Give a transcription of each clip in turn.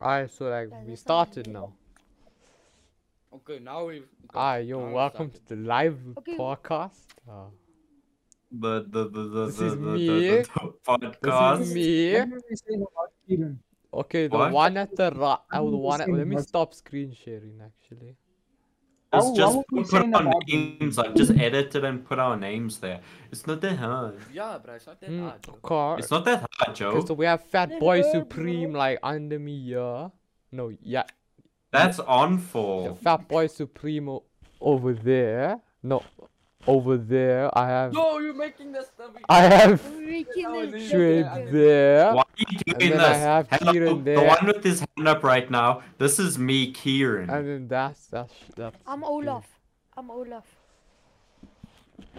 Alright, so like Guys, we that's all I started need. now. Okay, now we. Alright, yo, now we welcome to started. the live Okay. podcast. Uh, The the the the This the, is the, me. the, the this podcast. is me. What did we say about Eden? Okay, the What? one at the right. I I'm would the one. At, same let me person. stop screen sharing actually. How- It's just how we put, saying put our about Eden? names. I've just edited and put our names there. It's not that hard. Yeah, bro, Ah, it's not that Mm, hard. bro. car. It's not that hard, Okay, Joe. so we have Fat Boy Yeah, Supreme like under me, yeah. No, yeah, That's on yeah, for. Fat Boy Supreme o- over there. No, over there. I have. No, you're making this stuff. I have Freaking Oh, is this- Shred yeah. there. Why are you And doing then this? I have Hello, Kieran the there. one with his hand up right now. This is me, Kieran. And then that's that's that's. I'm okay. Olaf. I'm Olaf.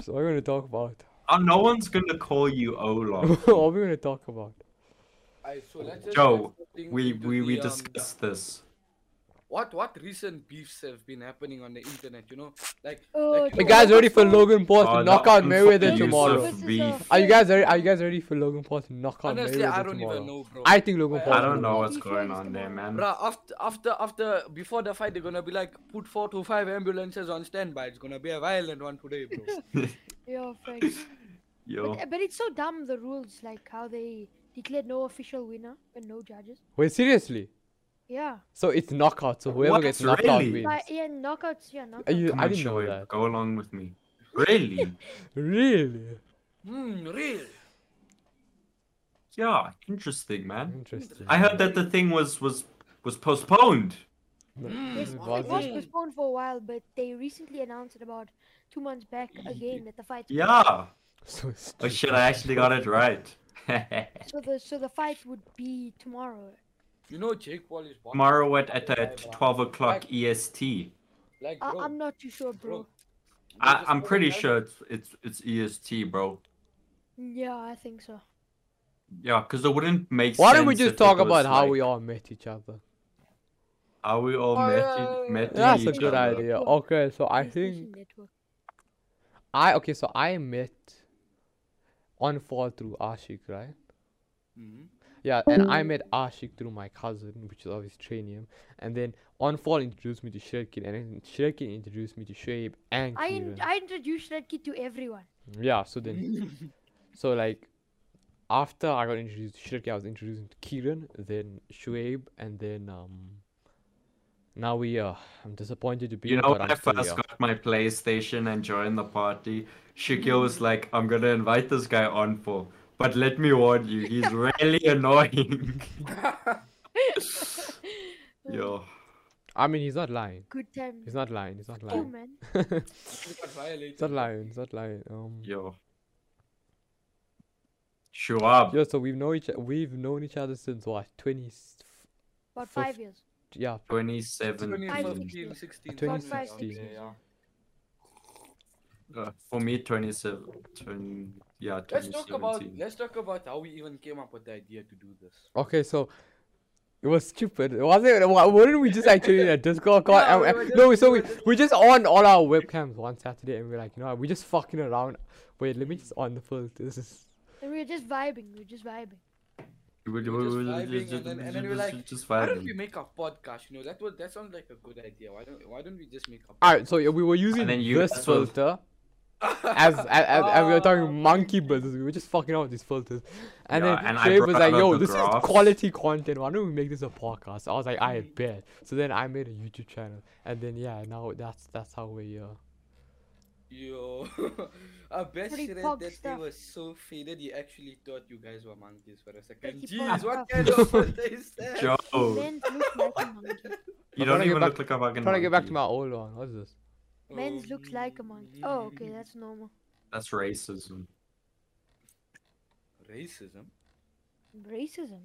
So what are we gonna talk about? Oh, no one's gonna call you Olaf. what are we gonna talk about? I, so let's just Joe, let's think we into we we the, um, discussed this. what what recent beefs have been happening on the internet? You know, like Oh, like, Are you Joe. guys ready for Logan Paul Oh, to no, knock out I'm Mayweather fucking tomorrow? Yusuf. beef. Are you guys ready? Are you guys ready for Logan Paul to knock out honestly, Mayweather I don't tomorrow? even know, bro. I think Logan I Paul. I don't know what's He going fights on there, tomorrow. man. Bruh, after after after before the fight, they're gonna be like put four to five ambulances on standby. It's gonna be a violent one today, bro. Yeah, thanks. Yo, But, but it's so dumb the rules, like how they declared no official winner and no judges. Wait, seriously? Yeah. So it's knockout. So whoever What? gets knocked out Really? wins. But yeah, knockouts, yeah, knockouts. Are you, come I on, didn't know Joey, that. go along with me. Really? Really Hmm, real. Yeah, interesting, man. interesting. I heard that the thing was was was postponed. Yes, Mm, it was was it? postponed for a while, but they recently announced it about two months back again that the fight. Yeah. So Oh stupid. shit! I actually got it right. So the so the fight would be tomorrow. You know, Jake Paul is boxing. Tomorrow at at, at twelve o'clock E EST. Like, I, bro, I'm not too sure, bro. bro. I, I'm pretty sure it's it's it's EST, bro. Yeah, I think so. Yeah, because it wouldn't make Why sense. don't we if just it talk was, about how like, we all met each other? how we all Oh, met, yeah, e- met That's each a good other. idea. Cool. Okay, so I PlayStation think Network. I okay, so I met on fall through Ashik, right? Mhm. Yeah, Oh and I met Ashik through my cousin, which is obviously Tranium. And then on fall introduced me to Shirkin, and then Shirkin introduced me to Shoaib and I Kieran. in, I introduced that kid to everyone. Yeah, so then, so like, after I got introduced to Shirkin, I was introduced to Kieran, then Shoaib, and then um. Now we are. I'm disappointed to be. You here, know, but when I'm I still first here. got my PlayStation and joined the party, Shakil was like, "I'm gonna invite this guy on for, but let me warn you, he's really annoying." Yo, I mean, he's not lying. Good time. He's not lying. He's not you, lying. man. You got violated. He's not lying. He's not lying. Um. yo, Shuab. Yeah, so we've known each we've known each other since what 20 Fifth- About five years. yeah 2017. 2015, 16, 2016. something like that, yeah. Uh, for me, 27. 20, yeah, Let's talk about 2017. let's talk about how we even came up with the idea to do this. okay so it was stupid wasn't it Wa- weren't we just actually in a discord call Yeah, and- we and- were just- no so we we were just- we just on all our webcams one saturday and we are like you know what, we just fucking around wait let me just on the first this is And we were just vibing. We were just vibing. We were- We were we just were vibing, just- and then- and then we were just- like, just Why don't vibing. we make a podcast? You know, that was that sounds like a good idea. Why don't why don't we just make a all right so yeah, we were using then you- this that's what- filter as, as, as, as we were Oh, talking monkey business, we were just fucking out with these filters, and Yeah, then and I Shay was brought like, out "Yo, the this is graphs." quality content. Why don't we make this a podcast?" I was like, "I bet." So then I made a YouTube channel, and then yeah, now that's that's how we uh Yo, I bet Pretty shit that pog they stuff. were so faded. He actually thought you guys were monkeys for a second. Pretty Jeez, pog what stuff. kind of filter is that? Joe, Men look like a monkey. I'm you don't trying to get even back- look like a fucking trying to get back to monkey. my old one. What's this? Men looks like a monkey. Oh, okay, that's normal. That's racism. racism. Racism.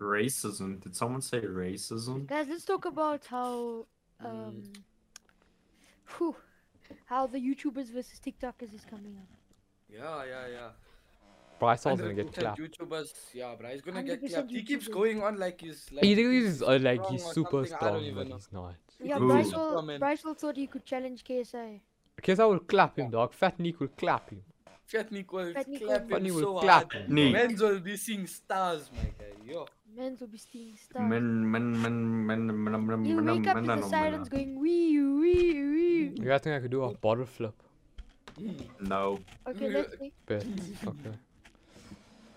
Racism. Did someone say racism? Guys, let's talk about how um Mm. whew, how the YouTubers versus TikTokers is coming up. Yeah, yeah, yeah. Brycel's gonna get 100% clapped. YouTubers, yeah, bro, he's gonna get 100% clapped. He keeps YouTubers. going on like he's like. He thinks he's uh, like strong he's or super something, I don't strong, even but know. he's not. Yeah, Ooh. Brycel Comment. Brycel thought he could challenge KSI. Cause I will clap him, dog. Fat Nick will clap him. Fat Nick will Fat Nick will- clap Fat him Nick will so clap hard. him. Nick. Men's will be seeing stars, my guy. Yo, Men's will be stealing stuff. Men, men, men, men, men, men, men, You men, wake up to men, the no, sirens men. going wee wee wee. You guys think I could do a bottle flip? No. Okay, let's see. Bet. Okay.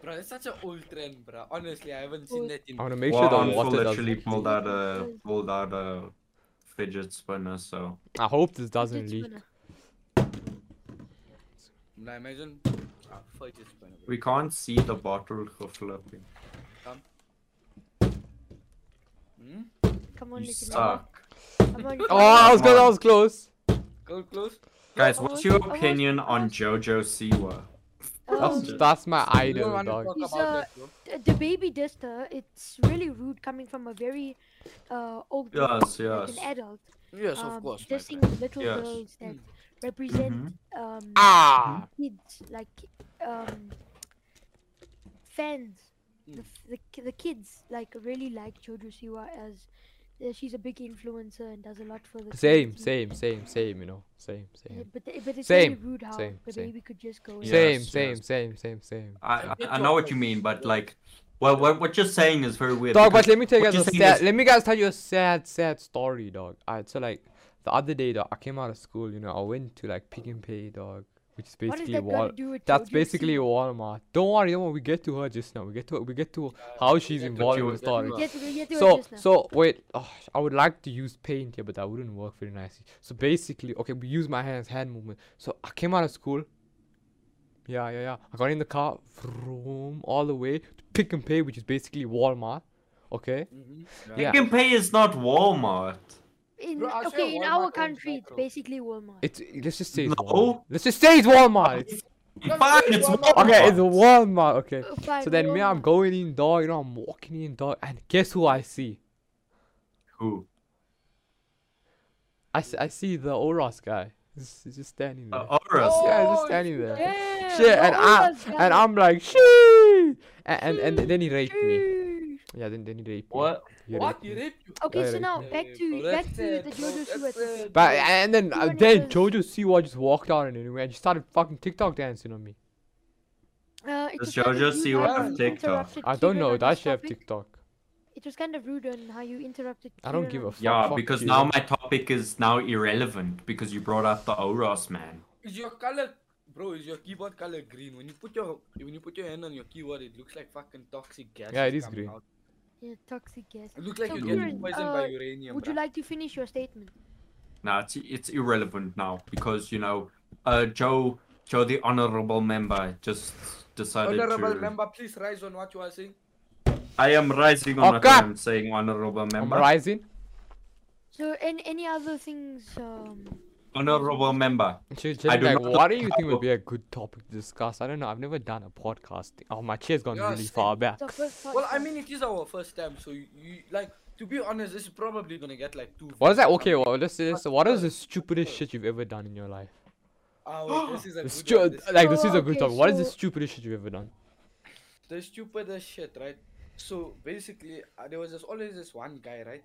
Bro, that's such an old trend, bro. Honestly, I haven't seen Old. that in. I want to make Well, sure the Anfu water literally doesn't. pulled out a Yes. pulled out a fidget spinner, so I hope this doesn't It's leak. gonna- Nah, imagine. Ah, fuck this banana, bro. we can't see the bottle for flipping. Hmm? Come on, You Nicky. suck. Come on. Oh, I was good. I was close. Go close. Guys, what's your Almost- almost opinion on passed. JoJo Siwa? That's Um, just- that's my We don't idol, wanna dog. talk He's about a- that, bro. th- uh, the baby Desta, it's really rude coming from a very uh, old person, Yes, like yes. an adult. Yes, um, of course. my Dissing friend. little Yes. girls that Mm. represent Mhm. um, Ah. kids, like um, fans. The, Mm. f- the, ki- the kids like really like Chojo Siwa as uh, she's a big influencer and does a lot for the Same, kids and- same, same, same. You know, same, Yeah, same, but, th- but it's Same, really rude how same, the same. baby could just go. and- Yes, same, yes. same, same, same, same. I, I Fidget I know what you toppers. mean, but like, what what what you're saying is very weird. Dog, but because let me tell you what guys a you're saying sad. Let me guys tell you a sad, sad story, dog. Alright, so like the other day, dog, I came out of school. You know, I went to like Pick and Pay, dog, which is What is basically that got Wal. to do with That's Jojo basically Siwa? Walmart. Don't worry, don't worry. We get to her just now. We get to we get to how she's get to involved in you- the story. Get to- get to it So just now. so wait, oh, I would like to use paint here, but that wouldn't work very nicely. So basically, okay, we use my hands, hand movement. So I came out of school. Yeah, yeah, yeah. I got in the car, vroom, all the way to Pick and Pay, which is basically Walmart. Okay. Mhm. Yeah. Pick and Pay is not Walmart. In, Bro, I swear okay, in Walmart our owns country, it's Metro. basically Walmart. It's let's just say it's Walmart. No. Let's just say it's Walmart. It's- That's Fine, really it's Walmart. Walmart. okay, it's Walmart. Okay. Uh, fine, So then me, I'm Walmart. going in, dog. You know, I'm walking in, dog, and guess who I see? Who? I, s- I see the Oros guy. He's, he's just standing there. Uh, Oros. yeah, he's Oh, just standing there. Yeah, Shit, and the I oldest and guy. I'm like, shee, and, and and then he raped me. Sheesh. Yeah, then then he raped me. What? He What? raped You me. raped you? Okay, so Direct. now Oh, back Hey, to bro, back that's to the sad, bro, Jojo that's Siwa. thing. sad. But and then You uh, wanna then just- Jojo Siwa just walked out on me and she started fucking TikTok dancing on me. Uh, it Does was kind of Jojo rude Siwa how have you TikTok? interrupted I don't Kieran know. on Does his she have topic. TikTok? It was kind of rude on how you interrupted. I don't Kieran give on a his- fuck. Yeah, fuck because you. now my topic is now irrelevant because you brought up the Oros man. Is your color, bro? Is your keyboard color green? When you put your when you put your hand on your keyboard, it looks like fucking toxic gas. Yeah, it is coming green. Out. Yeah, toxic gas. It looks like So you're getting Kieran, poisoned by uh, uranium. Would you bruh. like to finish your statement? Now it's it's irrelevant now because you know, uh, Joe Joe the honorable member just decided Honorable to. member, please rise on what you are saying. I am rising on what Okay. I'm saying, honorable I'm member. rising. So, and any other things? Um, Honorable member. She was I just do like, not what do know you think how- would be a good topic to discuss? I don't know. I've never done a podcast. Oh, my chair's gone Yeah, really same. far back. the first Well, I podcast. mean, it is our first time, so you, you like to be honest, this is probably gonna get like two. What is that? views. Okay, well, let's, let's, what is the stupidest Sure. shit you've ever done in your life? Ah, wait, this is a The good stu- one, this- like, this is Oh, a good okay, topic. What is the so- stupidest shit you've ever done? the stupidest shit, right? So basically, uh, there was this, always this one guy, right?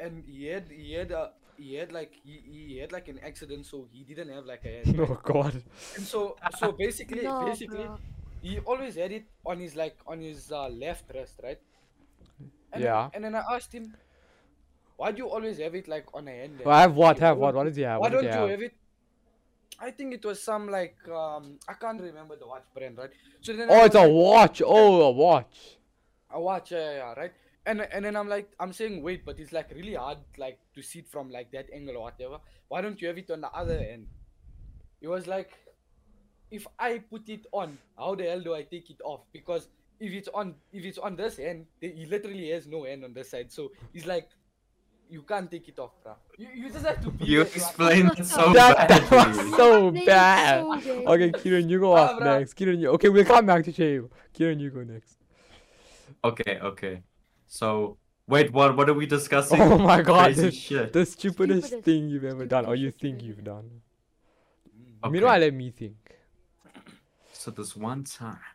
And he had he had a he had like he, he had like an accident, so he didn't have like a hand. right? Oh, God. and so so basically No, basically bro. he always had it on his like on his uh, left wrist, right? And Yeah. Then, and then I asked him, why do you always have it like on a hand? Well, I have what? Yeah, Have why what? don't- What is he have? Why What don't did he you have? have it? I think it was some like um I can't remember the watch brand, right? So then I Oh, it's was a like, watch. Oh, a watch. a watch, yeah, yeah, yeah, right? And and then I'm like I'm saying wait, but it's like really hard like to see it from like that angle or whatever. Why don't you have it on the other end? It was like, if I put it on, how the hell do I take it off? Because if it's on if it's on this end, th- he literally has no end on this side. So he's like, you can't take it off, bruh. You, you just have to be there, You bruh. explained it so That, that was badly. so They did bad. so bad. Okay, Kieran, you go Ah, off bruh. next. Kieran, you. Okay, we'll come back to Shave. Kieran, you go next. Okay, okay. So wait, what what are we discussing? Oh my god, Crazy the, shit. the stupidest, Stupidest- thing you've ever done, or stupidest you shit you've think ever you've done. Okay. Meanwhile, let me think. So this one time,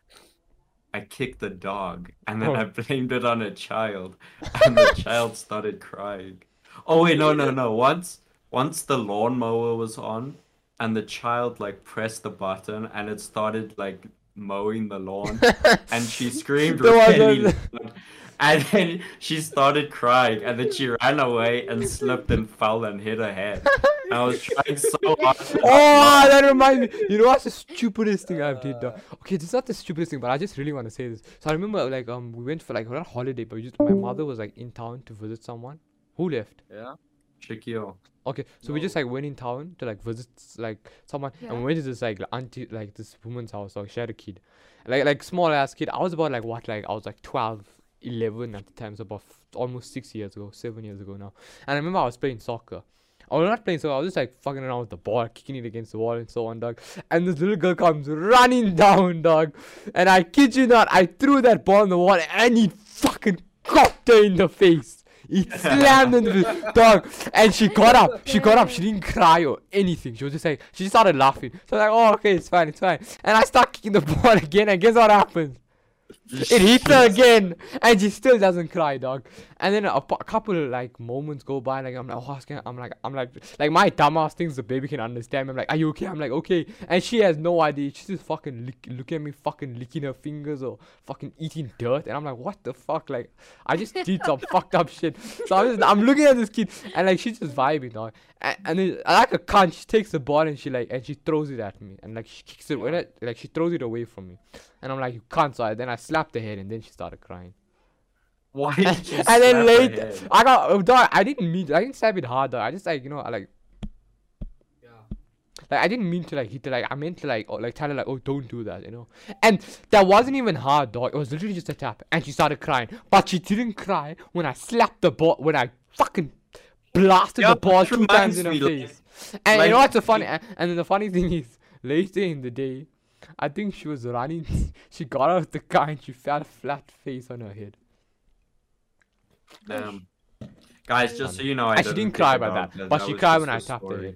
I kicked a dog, and then Oh. I blamed it on a child, and the child started crying. Oh wait, no, no, no. Once, once the lawnmower was on, and the child like pressed the button, and it started like mowing the lawn, and she screamed There was a- really loud, and then she started crying, and then she ran away and slipped and fell and hit her head. And I was trying so hard. to Oh, that reminds me. You know what's the stupidest thing I've did? dog? Okay, this is not the stupidest thing, but I just really want to say this. So I remember, like, um, we went for like not a holiday, but we just my mother was like in town to visit someone who left. Yeah. Shikio. Okay, so we just like went in town to like visit s- like someone, and we Yeah. went to this like l- auntie like this woman's house. Like she had a kid, like like small ass kid. I was about like what like I was like 12, 11 at the time. So about f- almost six years ago, seven years ago now. And I remember I was playing soccer. I was not playing soccer. I was just like fucking around with the ball, kicking it against the wall and so on, dog. And this little girl comes running down, dog. And I kid you not, I threw that ball on the wall and it fucking cocked her in the face. It slammed into the dog, and she got up. She got up. She didn't cry or anything. She was just like she just started laughing. So I'm like, oh okay, it's fine, it's fine. And I start kicking the ball again, and guess what happens? It hits her again, and she still doesn't cry, dog. And then a, p- a couple of like moments go by, like I'm like, oh, Oscar, I'm like, I'm like, like my dumbass thinks the baby can understand. me. I'm like, are you okay? I'm like, okay. And she has no idea. She's just fucking lick, looking at me, fucking licking her fingers or fucking eating dirt. And I'm like, what the fuck? Like, I just did some fucked up shit. So I'm, just, I'm looking at this kid, and like she's just vibing, dog. And, and then like a cunt, she takes the ball and she like and she throws it at me, and like she kicks it when I, like she throws it away from me. And I'm like, you can't. So I, then I slapped her head, and then she started crying. Why did you and then slap her later, head? I got oh, dog. I didn't mean. I didn't slap it hard. Dog. I just like you know, I like Yeah. like I didn't mean to like hit her. Like I meant to like oh, like tell her like oh don't do that, you know. And that wasn't even hard, dog. It was literally just a tap, and she started crying. But she didn't cry when I slapped the ball. When I fucking blasted Yeah, the ball that two times reminds in her me, like- face. and you know like- what's the funny? And, and then the funny thing is later in the day, I think she was running. she got out of the car and she fell flat face on her head. Damn. Guys, just so you know, I and she didn't didn't cry think by about that, but she was cried just when a I tapped her story. head.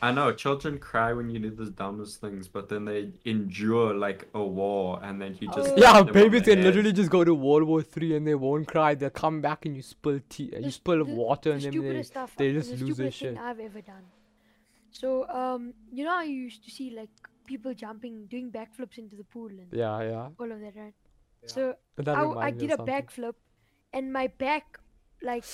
I know children cry when you do the dumbest things, but then they endure like a war, and then you just Oh. Yeah, slap them on babies the can head. literally just go to World War Three and they won't cry. They'll come back and you spill tea, uh, you This- spill the- water the and then they stupidest stuff, they the just lose their stupidest shit. thing I've ever done. So, um, you know, how you used to see like people jumping, doing backflips into the pool and Yeah, yeah. all of that, right? Yeah. So That I, Oh, I reminds me of did a something. backflip, and my back like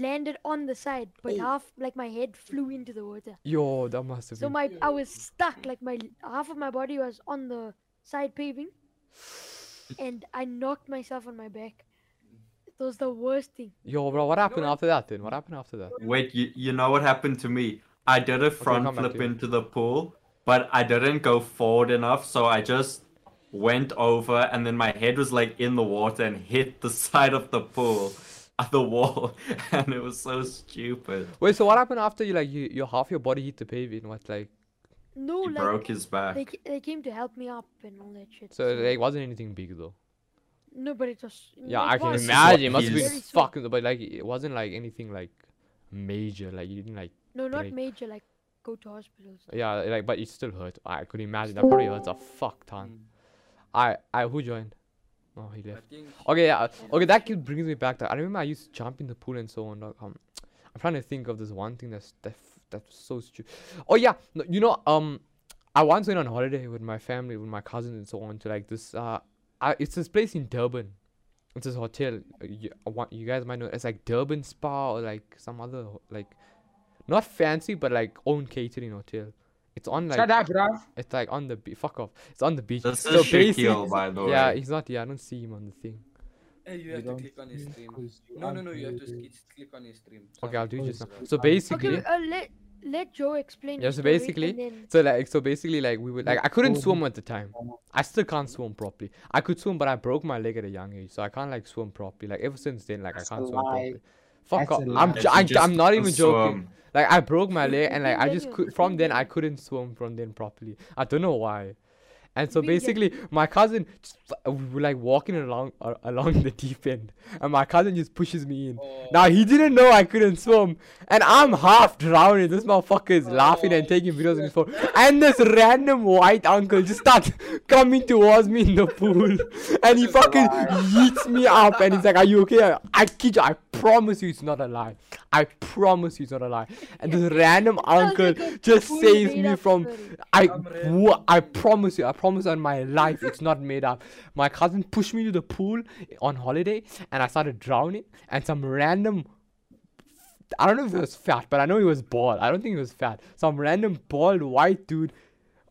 landed on the side, but half like my head flew into the water. Yo, that must have So been. my I was stuck, like my half of my body was on the side paving, and I knocked myself on my back. It was the worst thing. Yo, bro, what happened after that then? What happened after that? Wait, you, you know what happened to me? I did a front come back flip to it. into the pool, but I didn't go forward enough, so I just went over, and then my head was like in the water and hit the side of the pool, uh, the wall, and it was so stupid. Wait, so what happened after you like you, your half your body hit the pavement? What like No, He like broke his they, back. ca- they came to help me up and all that shit. so like wasn't anything big though. no, but it was Yeah, it I can was imagine. It what must have he's- been very soon. fucking, but like it wasn't like anything like major. Like you didn't like No, not break. major. Like go to hospitals. yeah like but it still hurt. I could imagine that probably hurts a fuck ton. I I who joined? Oh, he I left. think Okay, yeah. Okay, that kid brings me back. To, I remember I used to jump in the pool and so on. Like, um, I'm trying to think of this one thing that's that, f- that's so stupid. Oh yeah, no, you know, um, I once went on holiday with my family, with my cousins and so on to like this. Uh, I, it's this place in Durban. It's this hotel. uh, You, I want- you guys might know. It's like Durban Spa or like some other ho- like, not fancy but like own catering hotel. It's on like Shut up, bruv. it's like on the be- fuck off. It's on the beach. This So is basic- Shaquille, by the way. yeah, he's not. Yeah, I don't see him on the thing. hey, you have to click on his stream. No, no, no, you have to sk- click on his stream. Okay, I'll do it just now. Please. So basically, Okay, uh, let let Joe explain. Yeah, his so story basically- and then so like, so basically, like we would like I couldn't Cool. swim at the time. I still can't swim properly. I could swim, but I broke my leg at a young age, so I can't like swim properly. Like ever since then, like That's I a can't swim lie. properly. Fuck That's a off! lie. I'm Yes, j- you I, just am not even don't joking. swim. Like I broke my leg, and like You've I been just genuine, could. you've From been then, I genuine. couldn't swim from then properly. I don't know why. And so You've been basically, my cousin, just, uh, we were like walking along uh, along the deep end, and my cousin just pushes me in. Now he didn't know I couldn't swim, and I'm half drowning. This motherfucker is laughing Oh, and taking videos on his phone, and this random white uncle just starts coming towards me in the pool, and he fucking yeets me up, and he's like, "Are you okay?" I kid you, I promise you it's not a lie. I promise you it's not a lie. And this random sounds uncle like a just full saves made me up from story. I Some wo- I promise you, I promise on my life it's not made up. My cousin pushed me to the pool on holiday and I started drowning and some random I don't know if he was fat, but I know he was bald. I don't think he was fat. Some random bald white dude,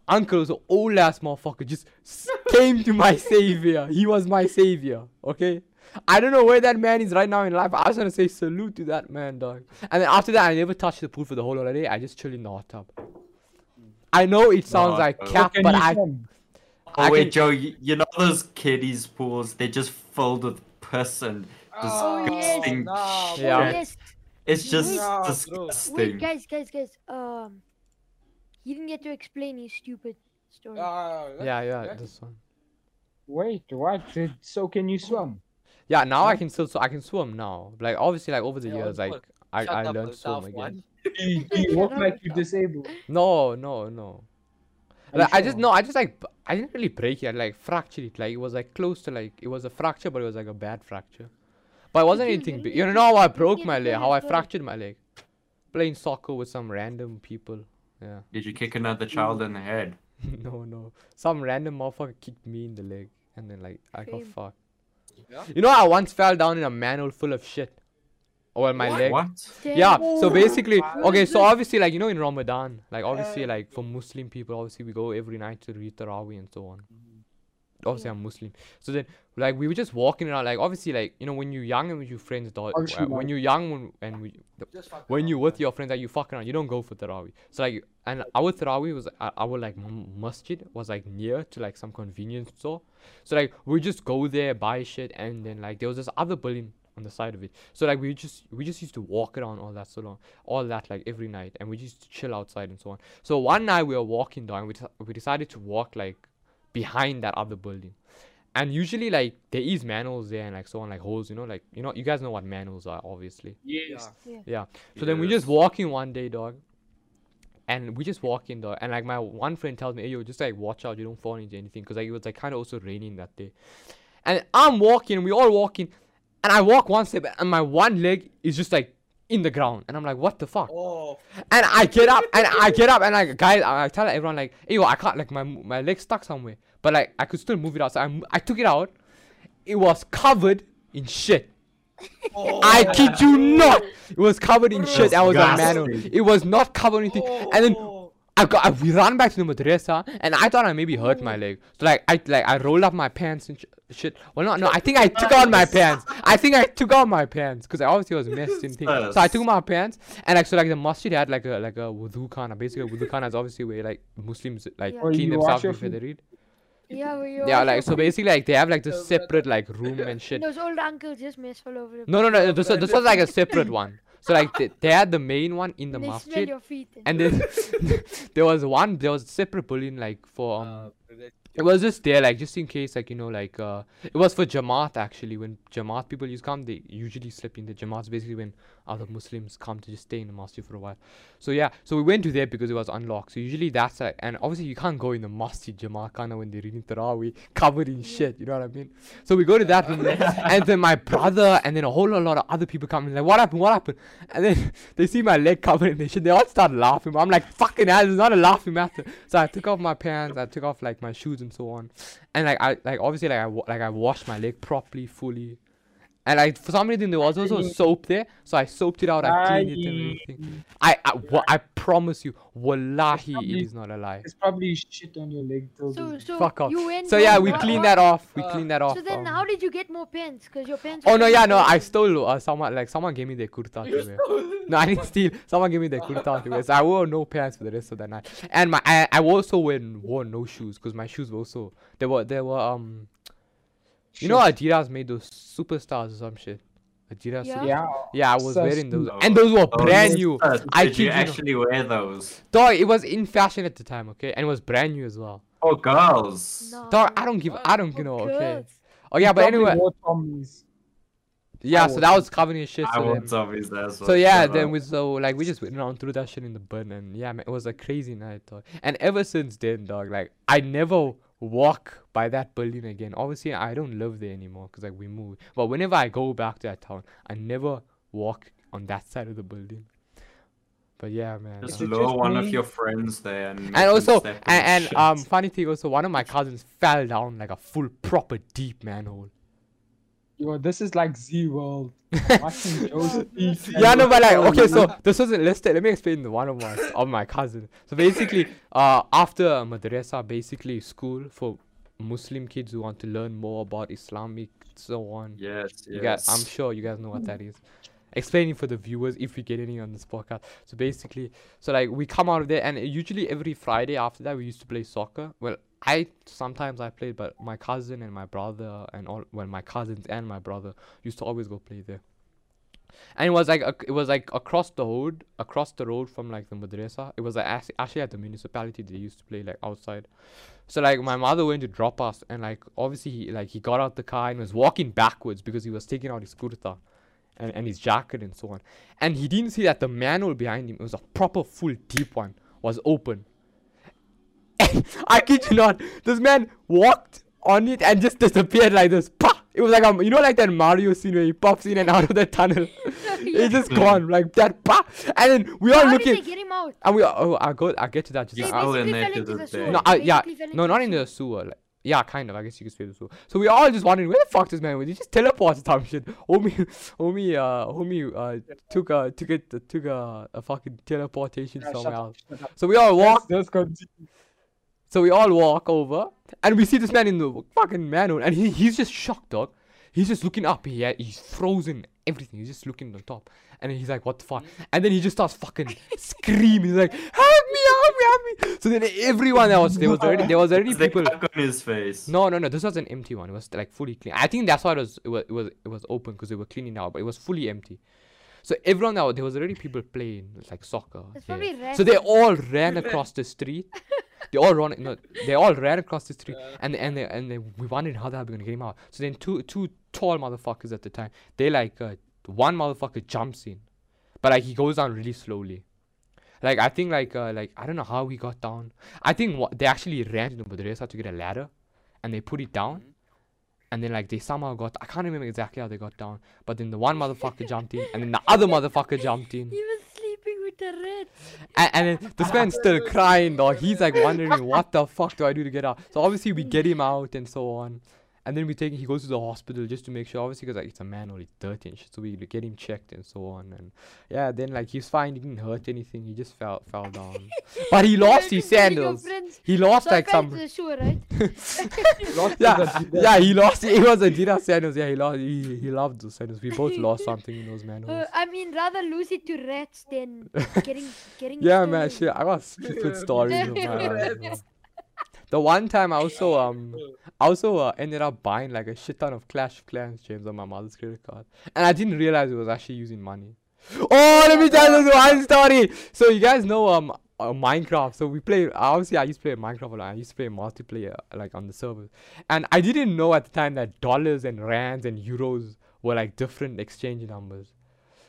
uncle was an old ass motherfucker, just s- came to my savior. He was my savior, okay? I don't know where that man is right now in life. I just want to say salute to that man, dog. And then after that, I never touched the pool for the whole holiday. I just chilled in the hot tub. I know it sounds hot like tub. cap, Can but you I swim? Oh I wait, can- Joe, you, you know those kiddies pools? They're just filled with piss and Oh, yes. disgusting. Nah, shit. Yeah. Oh, Yes. It's just Wait, bro. Wait, disgusting. guys, guys, guys. Um, he didn't get to explain his stupid story. Ah, yeah, yeah, that's- this one. Wait, what? So can you swim? Yeah, now I can still so I can swim now. Like obviously, like over the Yeah, years, of like course. I, Shut I up, learned Altaf, swim again. man. Do you, do you look like you're disabled? No, no, no. Are Like, you I just sure? no, I just like b- I didn't really break it. I like fractured it. Like it was like close to like it was a fracture, but it was like a bad fracture. But it wasn't you anything really big. You need know how I to broke get my to leg? know How your I body. fractured my leg? Playing soccer with some random people. Yeah. Did you kick another child in the head? no, no. Some random motherfucker kicked me in the leg, and then like I got Same. fucked. Yeah. You know, I once fell down in a manhole full of shit. Or my leg. What? Damn. Yeah, so basically, Wow. okay, so obviously, like, you know, in Ramadan, like, obviously, like, for Muslim people, obviously, we go every night to read Tarawih and so on. Obviously, I'm Muslim. So then, like, we were just walking around, like, obviously, like, you know, when you're young and with your friends, dog, Obviously, when like- you're young when, and we, the- Just fuck when around, you're with man. your friends, like, you fuck around, you don't go for Tarawih. So, like, and our Tarawih was, uh, our, like, m- masjid was, like, near to, like, some convenience store. So, like, we just go there, buy shit, and then, like, there was this other building on the side of it. So, like, we just, we just used to walk around all that so long all that like every night and we just used to chill outside and so on so one night we were walking down we, deci- we decided to walk like behind that other building and usually like there is manholes there and like so on like holes you know like you know you guys know what manholes are obviously Yes. so then we just Yes. walking one day dog and we just walking dog and like my one friend tells me hey yo just like watch out you don't fall into anything because like it was like kind of also raining that day and i'm walking we all walking and i walk one step and my one leg is just like in the ground and i'm like what the fuck Oh, and I get up and I get up and like guys, I, I tell everyone like, hey, yo, I can't like my my leg's stuck somewhere, but like I could still move it out. So I, mo- I took it out. It was covered in shit. oh. I kid you not. It was covered in shit. I was on manual. Disgusting. It was not covered in anything. And then Oh. I got I, we ran back to the madrasa and I thought I maybe hurt my leg. So like I like I rolled up my pants and sh- shit. Well, no, no, I think I took out my pants. I think I took out my pants because I obviously was messed and things. So I took my pants and like so like the masjid had like a like a wudu khana. Basically, wudu khana is obviously where like Muslims like Yeah. Or clean you wash themselves your before they feet. read. Yeah, we Yeah, like so basically like they have like Uh, this but- separate like room and shit. Those old uncles just mess all over the No, no, no. This, but- this was like a separate one. So like they, they had the main one in the and they smell masjid, your feet. And and then there was one. There was a separate building like for um. Uh, that- It was just there, like just in case, like you know, like uh, it was for Jamaat actually. When Jamaat people used to come, they usually slept in the Jamaat's basically when other Muslims come to just stay in the masjid for a while. So yeah, so we went to there because it was unlocked. So usually that's like, and obviously you can't go in the masjid Jamaat kind of when they're reading Tarawih covered in shit. You know what I mean? So we go to that room, and then my brother and then a whole lot of other people come in. Like what happened? What happened? And then they see my leg covered in this shit. They all start laughing. I'm like, fucking hell, it's not a laughing matter. So I took off my pants. I took off like my shoes and so on. And like I like obviously like I wa- like I washed my leg properly, fully. And like for some reason there was also soap there, so I soaped it out. I cleaned it and Aye. everything. I I, wa- I promise you, wallahi, it probably- is not a lie. It's probably shit on your leg. till so, the- so Fuck off. you went. So yeah, home, we what- cleaned what- that off. We Uh, cleaned that off. So then, um, how did you get more pants? Cause your pants. Oh were no, too yeah, no, I small. stole uh, someone like someone gave me their kurta to wear. Dude, No, I didn't steal. Someone gave me their kurta to wear. So I wore no pants for the rest of the night. And my I, I also wore, wore no shoes because my shoes were also they were they were um you know Adidas made those superstars or some shit. Adidas Yeah. super- Yeah. yeah, I was Sus- wearing those and those were Oh, brand yes, new. sir. I Did you kid you not. actually wear those? Dog, it was in fashion at the time, okay? And it was brand new as well. Oh, girls. No. Dog, Oh, I don't give I don't Oh, you know, okay. girls. Oh yeah, You but probably anyway wore Tommy's. yeah, so that was covering his shit. I So then- want zombies as well. So yeah, shut then up. we so like we just went around threw that shit in the bin and yeah, man, it was a crazy night, dog. And ever since then, dog, like I never walk by that building again. Obviously, I don't live there anymore because like we moved. But whenever I go back to that town, I never walk on that side of the building. But yeah, man. Just uh, it lure just one me? of your friends there and, make and them also, step and, in the and shit. um, funny thing also, one of my cousins fell down like a full proper deep manhole. Yo, this is like Z World. Watching Joe's eat. Yeah, no, but like, Oh, okay, so yeah. this wasn't listed. Let me explain the one of my of my cousin. So basically, uh, after madrasa, basically school for Muslim kids who want to learn more about Islamic so on. Yes, yes. You um, guys, I'm sure you guys know what that is. Explaining for the viewers if we get any on this podcast. So basically, so like we come out of there, and usually every Friday after that we used to play soccer. Well, I sometimes I played, but my cousin and my brother and all well my cousins and my brother used to always go play there. And it was like ac- it was like across the road, across the road from like the madrasa. It was like act- actually at the municipality they used to play like outside. So like my mother went to drop us, and like obviously he like he got out the car and was walking backwards because he was taking out his kurta, and, and his jacket and so on. And he didn't see that the manhole behind him it was a proper full deep one was open. And I kid you not, this man walked on it and just disappeared like this. Pah! It was like um, you know like that Mario scene where he pops in and out of the tunnel. He's just gone like that. Pah! And then we all How did they looking, get him out? and we oh I go I get to that just They Yeah, now. I will basically fell admit it into is the bad. sewer. No, They I, yeah, basically fell no, into not in sewer. the sewer. Like, yeah, kind of. I guess you could say the sewer. So we all just wondering where the fuck this man went. He just teleported or some shit. Homie, homie, uh, homie, uh, took a took it took a, a fucking teleportation Yeah, shut somewhere up, else. shut up. So we all Let's walk. just continue. So we all walk over, and we see this man in the fucking manhole, and he, he's just shocked, dog. He's just looking up. He he's frozen. Everything. He's just looking on top, and he's like, "What the fuck?" And then he just starts fucking screaming. He's like, "Help me! Help me! Help me!" So then everyone else, there was already there was already Is there people. cock on his face? No, no, no. This was an empty one. It was like fully clean. I think that's why it was it was it was, it was open because they were cleaning now, but it was fully empty. So everyone now there was already people playing like soccer. It's there. probably So they all ran across the street. They all ran. No, they all ran across the street, Yeah. and and they, and they, we wondered how the hell we gonna get him out. So then two two tall motherfuckers at the time. They like uh, one motherfucker jumps in, but like he goes down really slowly. Like I think like uh, like I don't know how he got down. I think wha- they actually ran to the madrasa to get a ladder, and they put it down, and then like they somehow got. I can't remember exactly how they got down, but then the one motherfucker jumped in, and then the other motherfucker jumped in. He was sleeping with the rats. And, and then this man's still crying, dog. He's like wondering, what the fuck do I do to get out? So obviously we get him out and so on. And then we take he goes to the hospital just to make sure, obviously, because like it's a man or he's dirty and shit. So we get him checked and so on. And yeah, then like he's fine. He didn't hurt anything. He just fell fell down. But he lost his sandals. He lost So I like fell into some. the sewer, right? Lots of Yeah, that- yeah, he lost. It was Adidas sandals. Yeah, he lost. He, he loved those sandals. We both lost something in those Uh, manholes. I mean, rather lose it to rats than getting getting. it Yeah, man, stolen. shit. I got stupid stories of my life. Yes. The one time I also um I also uh, ended up buying like a shit ton of Clash of Clans games on my mother's credit card, and I didn't realize it was actually using money. Oh, let me tell this one story. So you guys know um uh, Minecraft. So we play. Obviously, I used to play Minecraft a lot. I used to play multiplayer like on the servers, and I didn't know at the time that dollars and rands and euros were like different exchange numbers.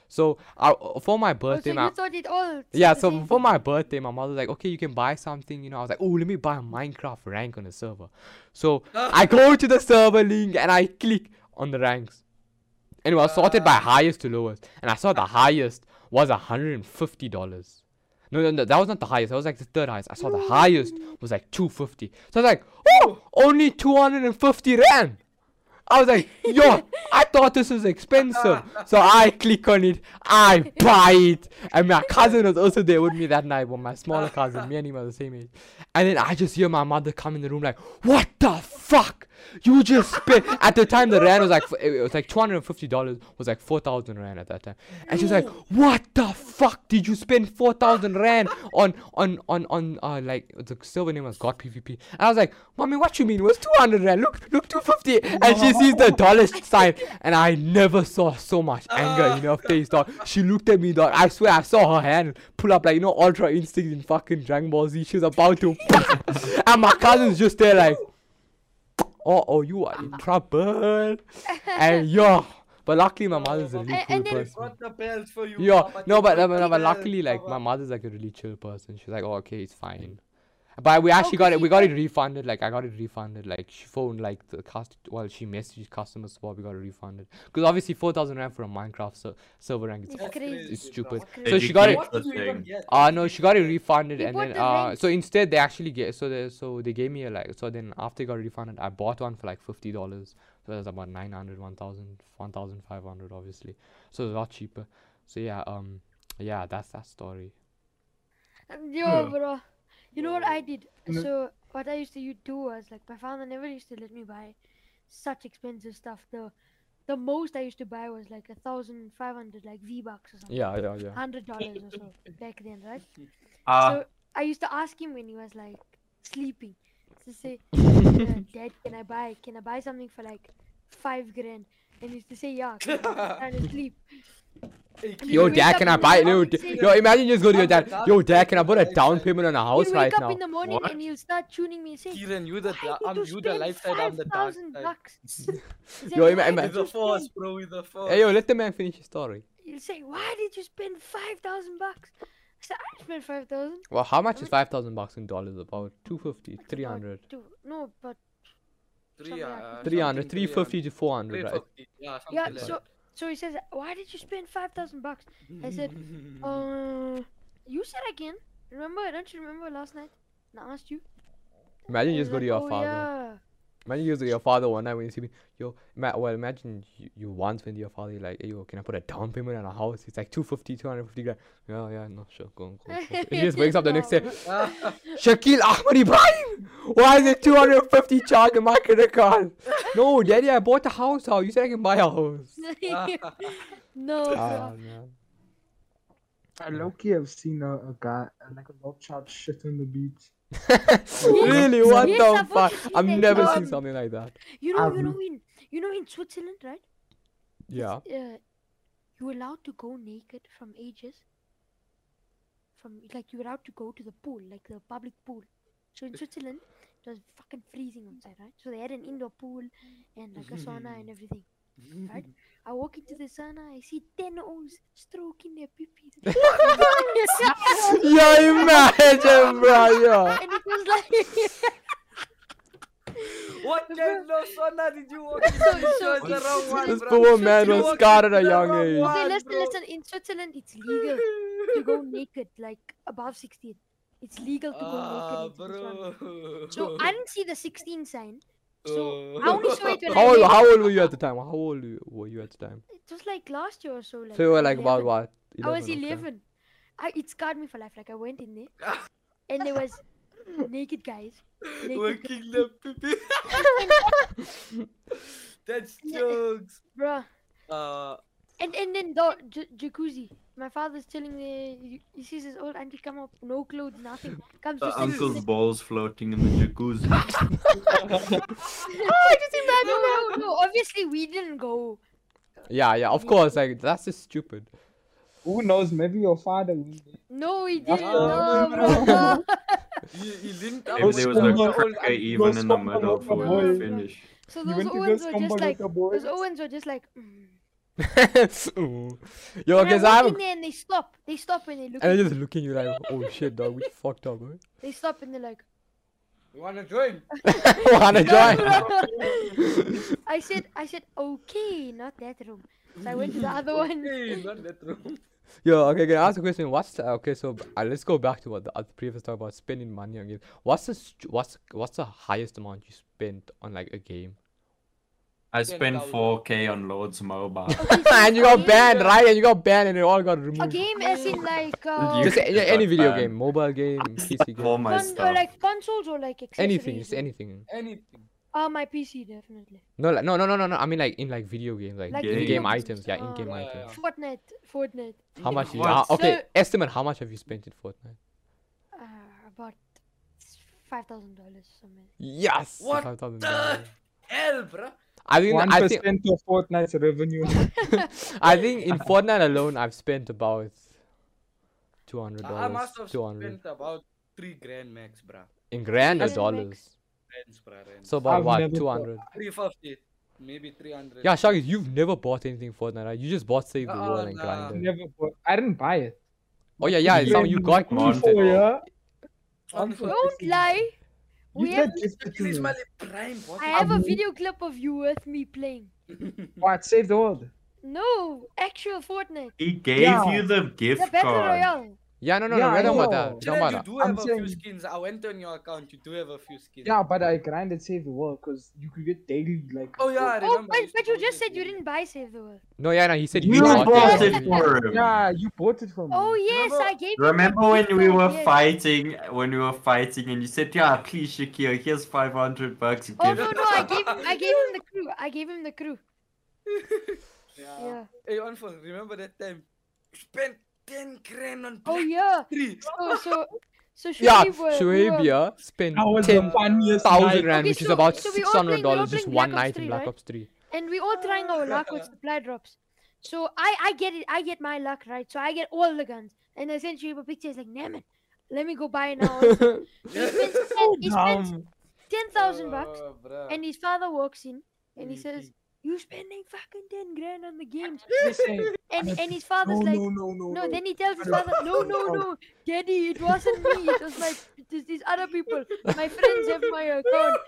So I, for my Oh, so birthday, you my, thought it all. it's yeah, the so same for my birthday, my mother's like, okay, you can buy something. You know, I was like, oh, let me buy a Minecraft rank on the server. So I go to the server link and I click on the ranks. And it was sorted by highest to lowest. And I saw the highest was $150. No, no, no, that was not the highest. That was like the third highest. I saw the highest was like 250. So I was like, oh, only 250 Rand. I was like, yo, I thought this was expensive. So I click on it, I buy it. And my cousin was also there with me that night, well, my smaller cousin, me and him are the same age. And then I just hear my mother come in the room like, what the fuck? You just spent. At the time, the Rand was like, f- it was like $250, was like 4,000 Rand at that time. And she's like, what the fuck did you spend 4,000 Rand on, on, on, on, uh, like, the silver name was God PvP. And I was like, mommy, what you mean? It was 200 Rand. Look, look, 250. And she sees the dollar sign. And I never saw so much Ah. anger in her face, dog. She looked at me, dog. I swear I saw her hand pull up, like, you know, Ultra Instinct in fucking Dragon Ball Z. She was about to. and my cousin's just there, like, oh, oh, you are Ah. in trouble. And yo. But luckily, my mother's a really And- cool and then- person. Got the bells for you. Yeah, Papa. no, but, Got no, but, the no, but bells, luckily, like, my Papa. mother's like a really chill person. She's like, oh, okay, it's fine. But we actually got could it. We he got it then- refunded. Like I got it refunded. Like she phoned like the cast. Well, she messaged customer support. We got it refunded because obviously four thousand rand for a Minecraft ser- server rank. It's It's crazy. It's stupid. Did So you she got it. keep- the thing. Uh no, she got it refunded, You and bought then the uh, rent. so instead they actually get so they so they gave me a like so then after it got refunded, I bought one for like fifty dollars. So that was about 900, 1,000, 1,500 obviously. So it was a lot cheaper. So yeah, um, yeah, that's that story. Hmm. Yo, bro. You know what I did? No. So what I used to u- do was like my father never used to let me buy such expensive stuff. The the most I used to buy was like a thousand five hundred like V bucks or something. Yeah, yeah, yeah. Hundred dollars or so back then, right? Uh, so I used to ask him when he was like sleeping to say, "Uh, Dad, can I buy can I buy something for like five grand? And he used to say, Yeah, 'cause I'm trying to sleep. And he Yo, would wake dad, up can in I the buy it? Yo, morning d- saying- yo, imagine just go to your dad. Hundred Yo, thousand dad, can I put a for down lifetime. payment on a He'll house wake right up now? in the morning What? and he'll start tuning me and saying, Kieran, you the da- I I'm need you to the spend light side, I'm the dark 5,000 side. bucks. He said, Yo, ima- "Why ima- did With the you force, spend-" bro, with the force. Hey, yo, let the man finish his story. He'll say, why did you spend 5,000 bucks? I said, I didn't spend 5,000. Well, how much How is much- five thousand bucks in dollars? About 250, It's about 300. two- No, but Three, uh, 300, something 350 to 400, right? 350, Yeah, something yeah, like so so he says, why did you spend 5,000 bucks? that. I said, Uh, you said again. Remember? Don't you remember last night? when I asked you. Imagine you He was just go to like, your "Oh, father. Yeah. Imagine you go to your father one night when you see me. Yo, ima- well, imagine you, you once went to your father, you're like, hey, yo, can I put a down payment on a house? It's like 250, 250 grand. Yeah, yeah, no, sure, go on, go on. go on." He just wakes up the next day. Shakil Ahmed Ibrahim! Why is it 250 charged on my credit card? No, daddy, I bought a house. How? You said I can buy a house. no. Ah, bro. man. I low-key have seen a, a guy, uh, like a low child shit on the beach. really? Yes, What I've the fuck? also seen I've that. never seen Um, something like that. You know, you Um, know in you know in Switzerland, right? Yeah. Uh, you're allowed to go naked from ages. From like you're allowed to go to the pool, like the public pool. So in Switzerland, it was fucking freezing outside, right? So they had an indoor pool and like a sauna and everything. Right? I walk into the sauna, I see ten O's stroking their pippies. yeah, imagine, bro. Yeah. and it was like What kind of sauna did you walk into? So- You so- chose the wrong one, This bro. poor man You was walked scarred at into a the young wrong age. okay, one, listen, bro. listen. In Switzerland, it's legal to go naked, like above 16. It's legal to go Ah, naked. in Switzerland. bro. Oh. So I didn't see the 16 sign. So I only saw it when I How old, made- how old were you at the time? How old you- were you at the time? It was like last year or so. Like So you were like about 11. what? I was okay. 11. I, it scarred me for life. Like I went in there, and there was naked guys. Naked, Working the pipi. That's Yeah. jokes. bruh. Uh, And and then the j- jacuzzi. My father's telling me he sees his old auntie come up, no clothes, nothing. Comes the just in- uncle's balls floating in the jacuzzi. Oh, I just imagine no, no, no. Obviously, we didn't go. Yeah, yeah, of course. Like, that's just stupid. Who knows? Maybe your father will. be- No, we Yeah. didn't. No, Oh, no, bro. no. you, you linked up Maybe with there was the a Those old cracker auntie. even in the those middle for combo- the finish. So You those went to Owens those were just combo like little boys. those Owens were just like. Mm. Ooh. Yo, And I okay, so walk I'm. in there and they stop. They stop and they look. And at they're me. just looking at you like, oh shit, dog, we fucked up, bro. They stop and they're like. You wanna join? Wanna "No, join? bro." I said, I said, okay, not that room. So I went to the other one. Hey, not that room. Yo, okay, can I ask a question? What's the, okay? So b- uh, let's go back to what the other previous talk about spending money on games. What's the st- what's what's the highest amount you spent on like a game? I Ten spent thousand. 4k on Lords Mobile. Okay, so and you a got game- banned, right? And you got banned, and it all got A removed. game as in like uh, You Just can a- just any like video ban. game, mobile game, PC game, All my con- or stuff. like consoles or like accessories. anything, just or- anything. Anything. Uh, my PC definitely. No, like, no, no, no, no, no. I mean, like in like video games, like, Like video in-game games. items. Yeah, Oh. in-game Yeah, items. yeah. Fortnite, Fortnite. How much? Is, What? uh, okay, So- estimate. How much have you spent in Fortnite? Uh, about five thousand dollars something. Yes. What five thousand the- dollars. Hell, bro. I think. One I think. percent of Fortnite's revenue. I think in Fortnite alone, I've spent about two hundred I dollars. must have Two hundred spent about three grand max, bro. in grand or Doesn't make- dollars. Rands, bro. Rands. So about I've what? never Two bought- hundred. 350, maybe 300. Yeah, Shaggy, you've never bought anything in Fortnite, right? You just bought Save the Uh-uh, World and nah. Grindr. Never bought. I didn't buy it. Oh yeah, yeah. It's how you got Come on. content. yeah. Honestly, Don't Don't lie. We You have, can't give it to Please, me. my prime. What? I have a I'm- video clip of you with me playing. What? Save the world. No, actual Fortnite. He gave Yeah. you the gift The Battle card. Royale. Yeah, no, no, Yeah, no. I We don't want that. know. We Dylan, Don't want you that. do have I'm a few saying- skins. I went on your account. You do have a few skins. Yeah, but I grinded save the world because you could get daily like. Oh yeah, I Oh, remember. but, I used to but you go just there said you daily. didn't buy Save the World. No, yeah, no. He said You he bought bought it. it for him. Yeah, Hmm. you bought it for me. Oh yes, Remember- I gave. you Remember the when gift we card, were yes. fighting? When we were fighting, and you said, "Yeah, please, Shakir, here's 500 bucks." Oh give no it." no, I gave him, I gave him the crew. I gave him the crew. Yeah. Yeah. Hey, Anfon, remember that time? You spent 10 grand on Oh Black yeah. Street. Oh so so Yeah, Shuaib was- we were- Shuaib yeah, spent That was ten the funniest thousand night. rand, Okay, which is so- about so we six all playing- hundred we all dollars, just playing one Black Ops night in 3, Black right? Ops Three. and we all trying our luck with supply drops. So I, I get it, I get my luck right. So I get all the guns, and I sent you a picture. It's like, Naman, let me go buy it now. he spends, he spends Dumb. ten thousand bucks, Oh, bruh. and his father walks in and he Mm, says, "You spending fucking ten grand on the games?" They say, And and his no, father's like, no, no, no, No, then he tells his No. father, no, no, No. no, daddy, it wasn't me, it was my, it was these other people. My friends have my account.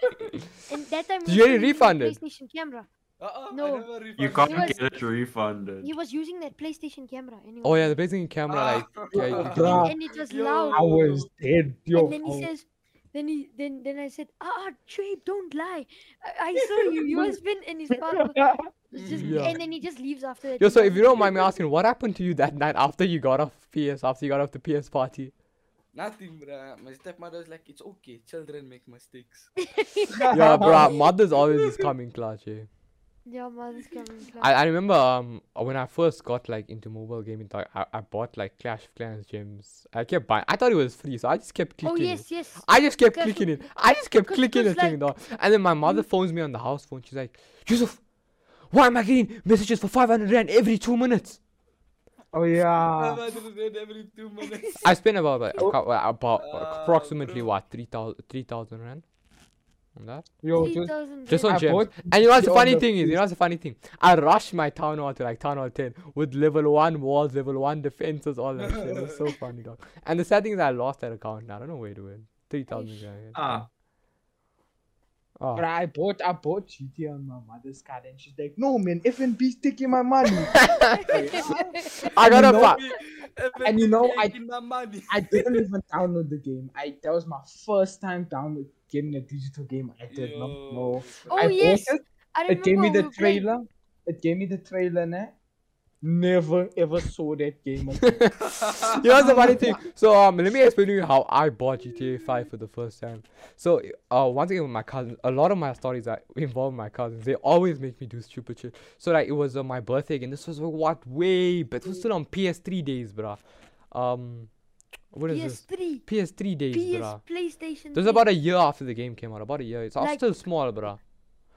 And that time, Did he you was get it using the refunded? PlayStation camera. Uh-uh, I No. never You refunded. can't was- get it refunded. He was using that PlayStation camera. And he Oh was yeah, the like- blazing camera, Ah. like yeah, you could Bruh. do- the- and it was Yo. I loud. was dead, Ah, yo. oh. And then he says, then he, then, then I said, ah, Trey, don't lie. I, I saw you. You was been in his father. was Just, Yeah. And then he just leaves after that. Yo, He so if you doesn't- don't mind me asking, what happened to you that night after you got off PS, after you got off the PS party? Nothing, bruh. My stepmother was like, it's okay. Children make mistakes. Yeah, bruh, mothers always is coming clutch, eh? Yeah, mother's coming. I, I remember um when I first got like into mobile gaming, like, I, I bought like Clash of Clans gems. I kept buying. I thought it was free, so I just kept oh, clicking. it. yes, yes. I just kept Because- clicking it. I just kept because- hmm? clicking the because, thing though. And then my mother phones me on the house phone. She's like, Yusuf, why am I getting messages for 500 rand every two minutes? Oh Ah. yeah. I did it every two minutes. I spent about like, Oh. a cou- uh, about Ah, approximately bro. what 3,000 3,000 rand on that? Yo, just 3,000 Just rand. on I gems. bought And you know what's the on funny the thing is, you know what's the funny thing? I rushed my town hall to like town hall 10 with level 1 walls, level 1 defenses, all that shit. It was so funny, dog. And the sad thing is, I lost that account now. I don't know where it went. 3,000 grand. Ah, Oh. But I bought I bought GTA on my mother's card and she's like, no man, FNB's taking my money. I got You a know fi- and you know, I- Taking my money. I didn't even download the game. I that was my first time download getting a digital game. I did not Yo. know. Oh, I bought yes. it, I it gave me remember we the were playing- trailer. It gave me the trailer, ne? Never ever saw that game again. you know what's the funny thing? So um, let me explain to you how I bought GTA 5 for the first time. So uh, once again with my cousins, a lot of my stories that involve my cousins, they always make me do stupid shit. So like it was on my birthday, again. this was uh, what way, but it was still on PS3 days, bruh. Um, what is this? PS3, PS3 days, bruh. PS, PlayStation. This was 3. about a year after the game came out. About a year. So I was Like- still small, bruh.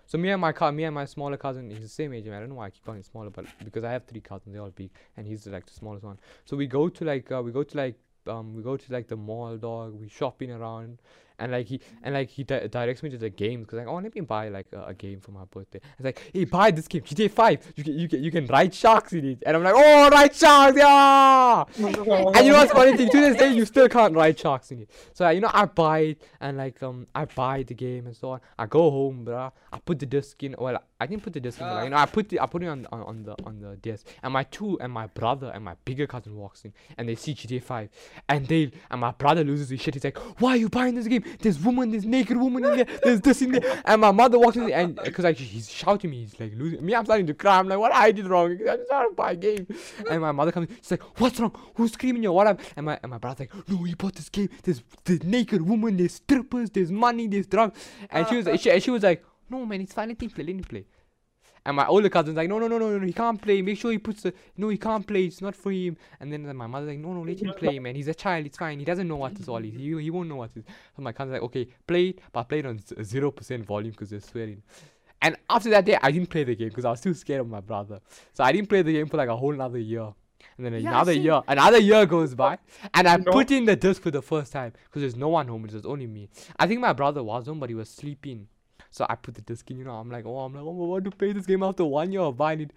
So me and my cou- me and my smaller cousin, he's the same age. I, mean, I don't know why I keep calling him smaller, but because I have three cousins, they all big, and he's like the smallest one. So we go to like uh, we go to like um we go to like the mall, dog. We shopping around, and like he and like he di- directs me to the games because like oh let me buy like a, a game for my birthday. It's like hey buy this game GTA Five. You can you can you can ride sharks in it, and I'm like oh ride sharks yeah. Oh And you know what's the funny thing? To this day, you still can't ride sharks in it. So like, you know, I buy it and like um, I buy the game and so on. I go home, bruh. I put the disc in. Well, I didn't put the disc in. But, like, you know, I put the, I put it on, on on the on the desk. And my two and my brother and my bigger cousin walks in and they see GTA 5 and they and my brother loses his shit. He's like, "Why are you buying this game? There's woman, there's naked woman in there. There's this in there." And my mother walks in and because like he's shouting me, he's like losing me. I'm starting to cry. I'm like, "What I did wrong? I just want to buy a game." And my mother comes. in, She's like, "What's wrong? Who's screaming? Yo, what up?" And my and my brother's like, "No, you bought this game. There's the naked woman. There's strippers. There's money. There's drugs." And she was and she, and she was like, "No, man, it's fine. Let him play. Let him play." And my older cousin's like, no, no, no, no, no, he can't play. Make sure he puts the. No, he can't play. It's not for him. And then my mother's like, no, no, let him play, man. He's a child. It's fine. He doesn't know what this all is. He, he won't know what this. So my cousin's like, okay, play it, but play it on z- 0% volume because they're swearing. And after that day, I didn't play the game because I was too scared of my brother. So I didn't play the game for like a whole another year. And then Yeah, another same. year, another year goes by, and I No. put in the disc for the first time because there's no one home. It was only me. I think my brother was home, but he was sleeping. So I put the disc in, you know, I'm like, oh, I'm like, oh, I want to play this game after one year of buying it.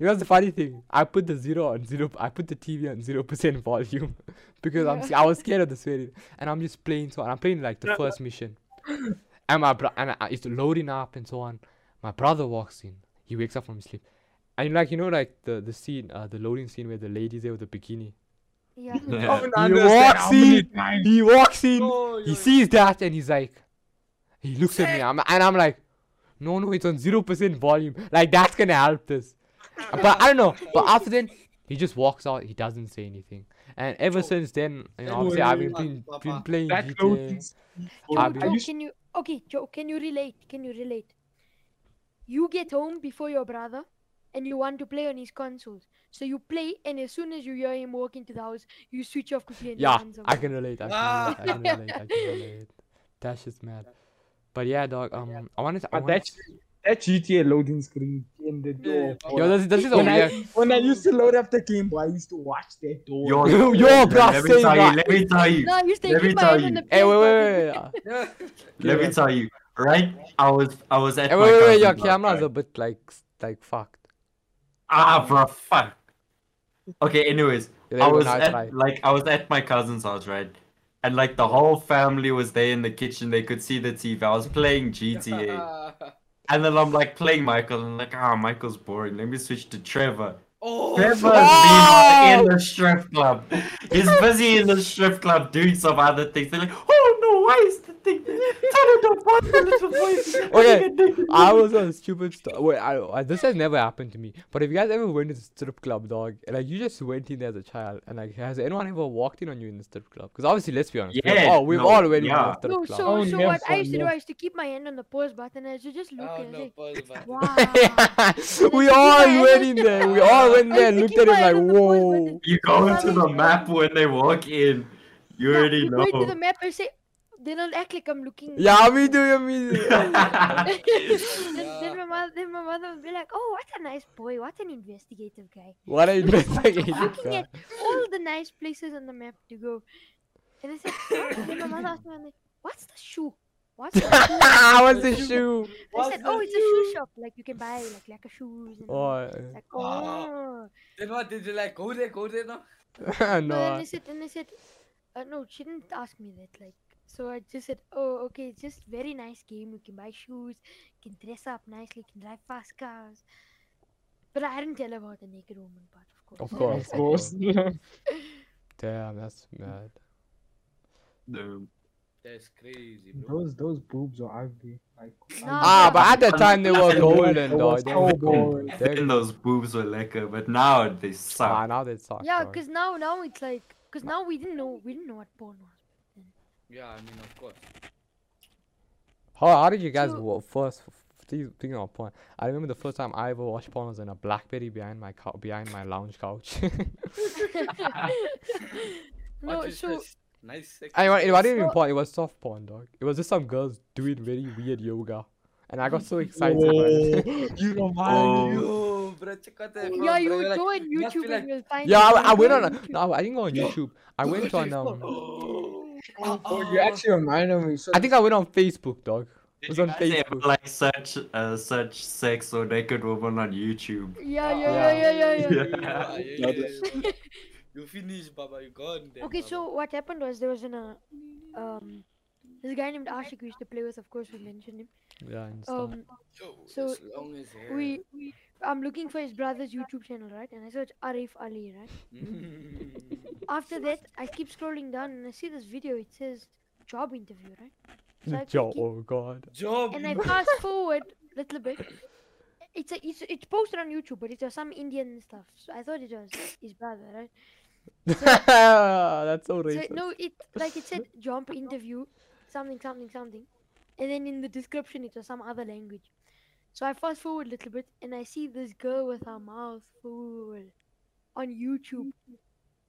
You know, that's the funny thing. I put the zero on zero. I put the TV on zero percent volume because I'm s- I was scared of the sweating, and I'm just playing. So and I'm playing like the first mission, and my bro- and I, it's loading up and so on. My brother walks in. He wakes up from his sleep, and like you know, like the the scene, uh, the loading scene where the lady's there with the bikini. Yeah. Yeah. Don't He understand walks how many in. times- He walks in. Oh, yo, he yo. sees that and he's like, he looks at me, I'm, and I'm like, no, no, it's on zero percent volume. Like that's gonna help this. But I don't know. But after then, he just walks out. He doesn't say anything. And ever since then, you know, obviously I've been, Papa, been, been Papa. playing That GTA. loads. I Joe, mean- Joe, Are you- can you okay, Joe? Can you relate? Can you relate? You get home before your brother, and you want to play on his consoles. So you play, and as soon as you hear him walk into the house, you switch off quickly. And Yeah, runs I away. can relate. I Ah. can relate. I can relate. I can relate. That shit's mad. But yeah, dog. Um, I wanted to. I But wanted that, to that GTA loading screen in the door. Yeah, Oh, yo, this, this is a when, I, weird. when I used to load up the Game Boy, I used to watch that door. Yo, Yo, bruh, let me same tell guy. you, let me tell you, No, you stay. Let me Keep my tell hand on you. the Hey, wait, PS5. wait, wait. yeah. Yeah. let me tell you. Right, I was, I was at Hey, my wait, wait, wait. Your cousin's house, camera's right? a bit like, s- like fucked. Ah, bro, fuck. Okay, anyways, You're I able was now at try. like I was at my cousin's house, right? And like the whole family was there in the kitchen. They could see the TV. I was playing GTA, and then I'm like playing Michael, and like, ah, Michael's boring. Let me switch to Trevor. oh, Trevor's been in the strip club. He's busy in the strip club doing some other things. They're like, oh no, why is the thing? Tell him to find the little boy. Okay, I was on stupid stuff. Wait, I, I this has never happened to me. But if you guys ever went to the strip club, dog, and like you just went in there as a child, and like has anyone ever walked in on you in the strip club? Because obviously, let's be honest, Yeah, yeah, oh, we've no, all went yeah. in the No, strip club. so Oh, so yes, what I I used to do, know. I used to keep my hand on the pause button and I should just look Oh, and no, say, pause button. "Wow." we Yeah, all I went know. in there. We all went I there and used looked to at keep it my like, hand on the pause whoa. button. You go into the map when they walk in. You Yeah, already you know. go into the map and say, then I'll act like I'm looking. Yeah, me too. Yeah, me too. then, Yeah. then my mother, then my mother would be like, "Oh, what a nice boy! What an investigative guy! what I investigated. Looking God. at all the nice places on the map to go." And I said, "Huh?" then my mother asked me, I'm like, "What's the shoe? What's the shoe?" What's the shoe? I What's said, the "Oh, it's a shoe shop. Like you can buy like like a shoes." And all Oh, that." Like, Ah. oh. Then what did you like? Go there, go there now. No, no. and I said, and I said, uh, no, she didn't ask me that. Like, so I just said, oh, okay, it's just very nice game. You can buy shoes, you can dress up nicely, you can drive fast cars. But I didn't tell her about the naked woman part, of course. Of course. Of course. Damn, that's Oh, mad. No. That's crazy, bro. those those boobs are ugly. Like, Ah, Ah, but at that time they were Nothing wrong. golden, It dog. was They so were boring. golden. They- Then those boobs were lekker, but now they Ah, suck. now they suck. Yeah, dog. because now, now it's like, because now we didn't know, we didn't know what porn was. Yeah, I mean, of course. How, how did you guys So- wa- first thinking of porn? I remember the first time I ever watched porn was in a BlackBerry behind my cou- behind my lounge couch. no, What is so this? Nice. sex- and it, wa- it wasn't even So- porn; it was soft porn, dog. It was just some girls doing very weird yoga, and I got so excited. about it. you don't Oh. mind. You. Yo, bro, check out that. oh, yeah, front, you bro. would You're like, go on must be YouTube like- and you'll find. yeah, it. I, I You would went go on. a- No, I didn't go on YouTube. I went on. Um, Oh. Ah, Oh, you actually reminded me. So I think I went on Facebook, dog. It Did was you on guys ever Facebook. like search, uh, search sex or naked woman on YouTube? Yeah, yeah, yeah, yeah, yeah. yeah. Yeah. Yeah, yeah, yeah, yeah. You finish, Baba. You gone then. Okay, Baba. so what happened was there was an uh, um this guy named Ashik we used to play with. Of course, we mentioned him. Yeah, and stuff. Um, Yo, so as long as hair. we, we I'm looking for his brother's YouTube channel, right? And I search Arif Ali, right? Mm. After that, I keep scrolling down and I see this video. It says job interview, right? so I Yo, keep- oh god. Job. And I fast forward little bit. It's a, it's it's posted on YouTube, but it was some Indian stuff. So I thought it was his brother, right? That's so So, racist. no, it like it said jump interview, something, something, something, and then in the description it was some other language. So I fast forward a little bit and I see this girl with her mouth full on YouTube,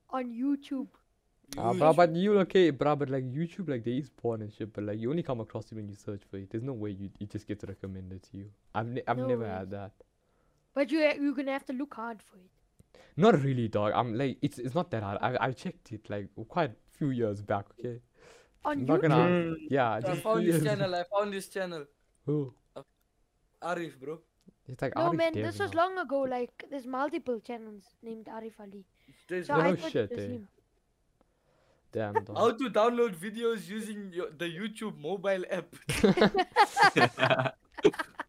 on YouTube. Ah, bruh, but you okay, bruh, but like YouTube, like there is porn and shit, but like you only come across it when you search for it. There's no way you it just gets recommended to you. I've ne- I've No never way. had that. But you ha- you're gonna have to look hard for it. Not really, dog. I'm like it's it's not that hard. I I checked it like quite few years back. Okay, On I'm not YouTube, gonna. Yeah, I just few found years this channel. I found this channel. Who? Arif, bro. It's like No Arif man, Dev this was now. long ago. Like there's multiple channels named Arif Ali. There's So no I no thought shit, it was eh? him. Damn. how dog. to download videos using your, the YouTube mobile app.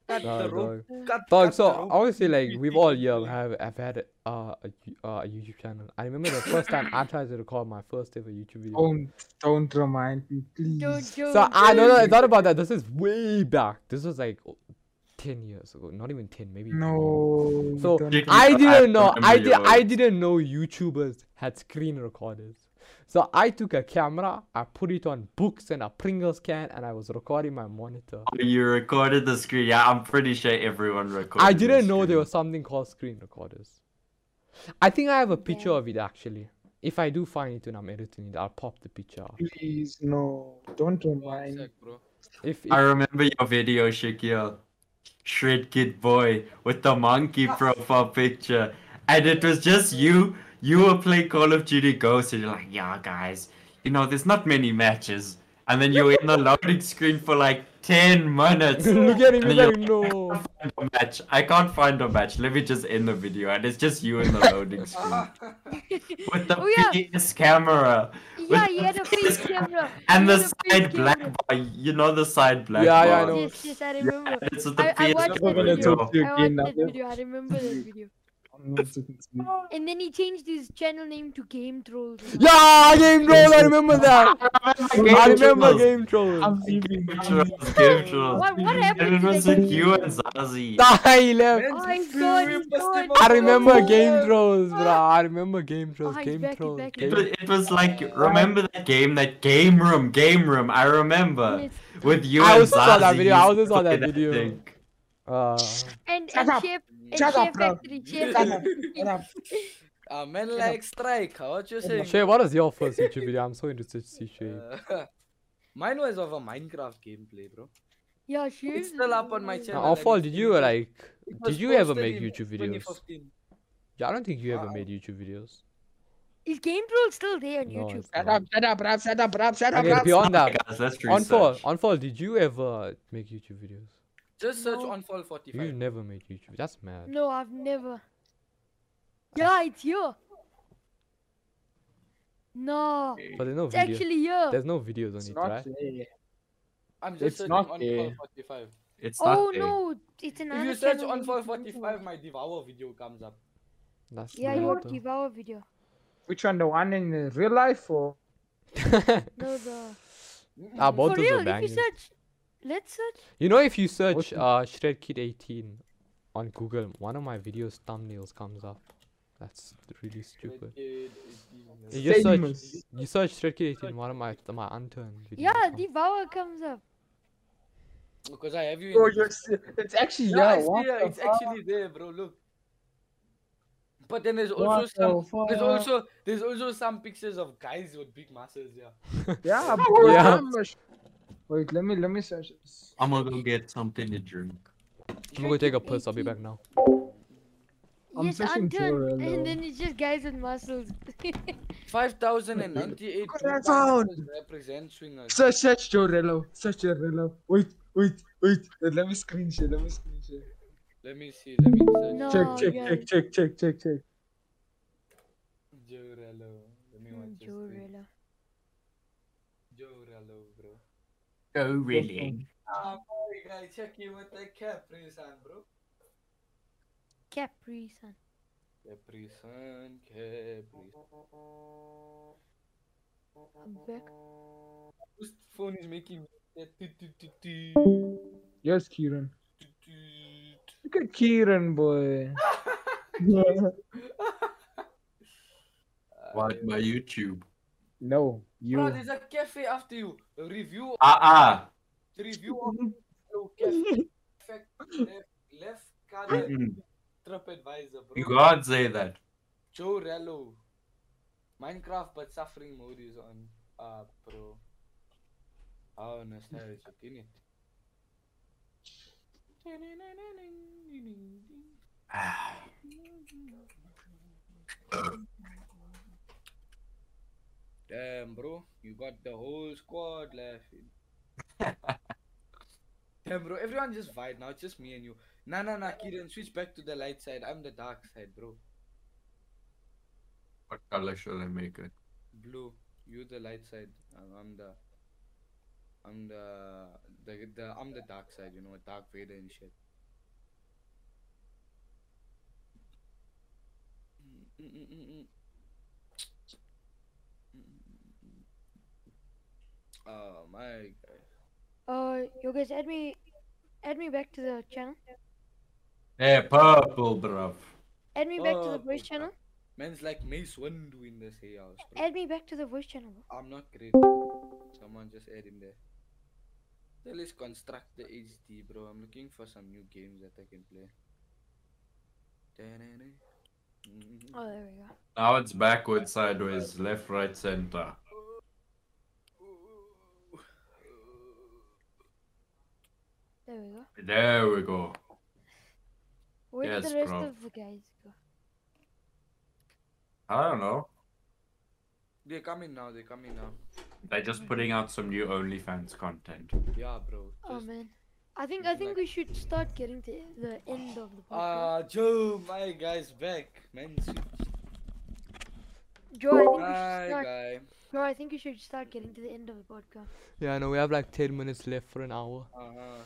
Cut Nah, the rope. dog. Cut, Dog, cut so oh the rope. obviously, like you we've think all you yeah like- have have had uh, a you- uh, a YouTube channel. I remember the first time I tried to record my first ever YouTube video. Don't don't remind me, please. Don't joke. so I no no, it's not about that. This is way back. This was like o- ten years ago. Not even ten, maybe. No. So, don't- Did- I I didn't know. remember I did. your- I didn't know YouTubers had screen recorders. So I took a camera, I put it on books and a Pringles can, and I was recording my monitor. You recorded the screen. Yeah, I'm pretty sure everyone recorded. I the didn't know there screen. was something called screen recorders. I think I have a picture Yeah. of it actually. If I do find it when I'm editing it, I'll pop the picture. up. please no. Don't One remind. me. sec, bro. If, if I remember your video, Shakil. Shred Kid Boy with the monkey profile picture. And it was just you. You were playing Call of Duty Ghost, and you're like, yeah, guys, you know, there's not many matches. And then you were in the loading screen for like 10 minutes. look at him, And he's then like, no. I can't find a match. I can't find a match. Let me just end the video. And it's just you in the loading screen with the Oh, yeah. PS camera yeah, he had a face camera. and He had a the face side black camera. bar. You know the side black Yeah, bar. yeah, I know. Yes, yes, I remember. And it's with the I, I PS watched that camera. video. Talk to you I watched again now, that yeah. video. I remember that video. I'm not taking sleep. Oh, And then he changed his channel name to Game Trolls. Yeah, I game troll. I remember that. I remember Trolls. game troll. I'm sleeping. I'm Game sleeping. Trolls, Game Trolls. What, what And happened it to was that with game? you and Zazi. I left. Man's Oh, he's free gone, he's repost gone. him on I the remember game wall. trolls, bro. I remember game trolls. Oh, he's Game back, he's trolls. back, he's Game It was, it was like remember that game, that game room, game room. I remember Yes. with you I and also saw that Zazi, video, you I also saw play that video. thing. Uh, And, Shut and up. Chef, and Shut Chef up, bro. Factory, Chef Shut up. Factory. Shut up. A Ah, man like strike. huh? What you saying? Shay, what is your first YouTube video? I'm so interested to see Shay. Uh, Mine was of a Minecraft gameplay, bro. Yeah, Chef. It's still up on my is- Now, channel. and Awful, it's did been you in- like? it was Did you ever posted make in YouTube videos? 2015. Yeah, I don't think you ever Wow. made YouTube videos. Is Game Trolls still there on No, YouTube? it's Shut not. up. Shut up, bruv. Shut up, bruv. Shut up, Okay, bruv. beyond Okay, that, guys, let's on fall, research. on fall, did you ever make YouTube videos? Just search No. on Fall You've 45. never made YouTube. That's mad. No, I've never. Yeah, it's here. No, But there's no it's videos. actually here. There's no videos on It's it, not right? there. I'm It's just searching not on Fall there. 45. It's Oh not there. no, it's an If you search on Fall 45, my Devour video comes up. That's Yeah, mad, your though. devour video. Which one? The one in uh, real life or? No, the. Ah, both For those real, are if you banging. search, let's search. You know, if you search What- uh, Shred Kid 18 on Google, one of my videos thumbnails comes up. That's really stupid. uh, You just search, Famous. you search Shred Kid 18, one of my my unturned videos. Yeah, comes- devour comes up. Because I have you. in Oh, the you're. list. se- It's actually Yeah, yeah. it's what there, the it's fuck? actually there, bro. Look. But then there's also What some. the fuck? There's also there's also some pictures of guys with big muscles. Yeah. Yeah, bro. Yeah. I'm a sh- Wait, let me let me search. this. I'm gonna go get something to drink. I'm gonna go take a Shred Kid piss. I'll be 18. back now. I'm yes, searching unturned, Jorah, and though. then it's just guys with muscles. Five thousand and ninety-eight. Look what I found. Represent swingers. Search, search Jorello. Search Jorello. Wait, wait, wait. Wait, Let me screen share. Let me screen share. Let me see. Let me search. No. Check, Oh, check, yeah. check, check, check, check, check. Jorello. Let me watch this. thing. Jorilla. Jorello, bro. Oh, really? Ah, boy, guy, check you with the Capri Sun, bro. Capri Sun. Capri Sun, Capri. I'm back. Oh. Whose phone is making that toot, toot, toot, toot, Yes, Kieran. toot, toot? Look at Kieran, boy. Watch my YouTube. no, Bro, you. there's a cafe after you. A review, Ah, ah. the review of no cafe. Fact, left, left color, Mm-mm. TripAdvisor, bro. Mm-hmm. You can't say that. Joe Rello. Minecraft but suffering mode is on. Ah, bro. How nostalgic, innit? Damn, bro. You got the whole squad laughing. Damn, bro. Everyone just vibe now. It's just me and you. Nah, nah, nah, Kiran. Switch back to the light side. I'm the dark side, bro. What color should I make it? Blue. You the light side. I'm, I'm the. I'm the, the the I'm the dark side. You know, Dark Vader and shit. Mm, mm, mm, mm, mm. Oh my god. Uh, you guys add me, add me back to the channel. Hey, purple, bruv. Add me back to the Oh, voice bruh. channel. Man's like Mace Windu in this hey house. Bro. Add me back to the voice channel. bro. I'm not great. Someone just add him there. So let's construct the HD, bro. I'm looking for some new games that I can play. Da-na-na. Mm. Oh, there we go. Now it's backwards, sideways, left, right, center. There we go. There we go. Where did Yes, the rest bro. of the guys go? Oh, I don't know. They're coming now. They're coming now. They're just putting out some new OnlyFans content. Yeah, bro. Oh Just, man, I think I just think like- we should start getting to the end of the podcast. ah, Joe, my guy's back. Man, Joe, I think we my should start. guy. Joe, I think you should start getting to the end of the podcast. Yeah, I know. We have like 10 minutes left for an hour. Uh-huh.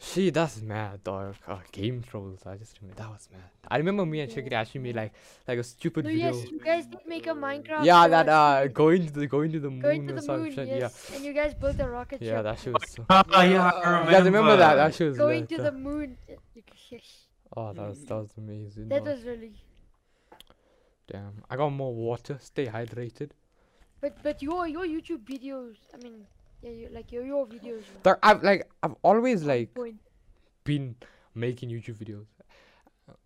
She, that's mad, dog. Oh, game trolls. I just remember that was mad. I remember me and Shakira actually made like like a stupid No, video. yes, you guys did make a Minecraft. yeah, uh, that uh, going to the going to the moon going to or the some moon. shit. Yes, and you guys built a rocket Yeah, yeah, ship. that shit was. So... Ah, Yeah. yeah, I You remember. You guys remember that? That shit was. Going lit, to uh, the moon. Oh, that was that was amazing. That dog. was really. Damn, I got more water. Stay hydrated. But but your your YouTube videos. I mean, yeah, you, like your your videos. were Dog, I've like I've Oh, always like Going. been making YouTube videos,